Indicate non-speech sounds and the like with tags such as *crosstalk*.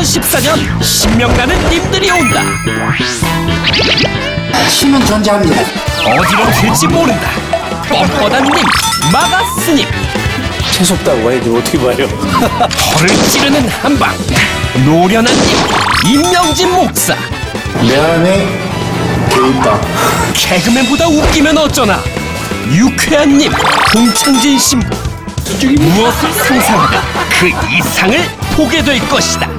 2014년 신명나는 님들이 온다 신은 존재합니다. 어디로 튈지 모른다 뻔뻔한 님 마가스님 채속다고 봐야지 어떻게 봐요? *laughs* 벌을 찌르는 한방 노련한 님 임명진 목사 내 안에 개 있다. 개그맨보다 웃기면 어쩌나 유쾌한 님 뭐? 공창진 신부 무엇을 상상하다 그 이상을 보게 될 것이다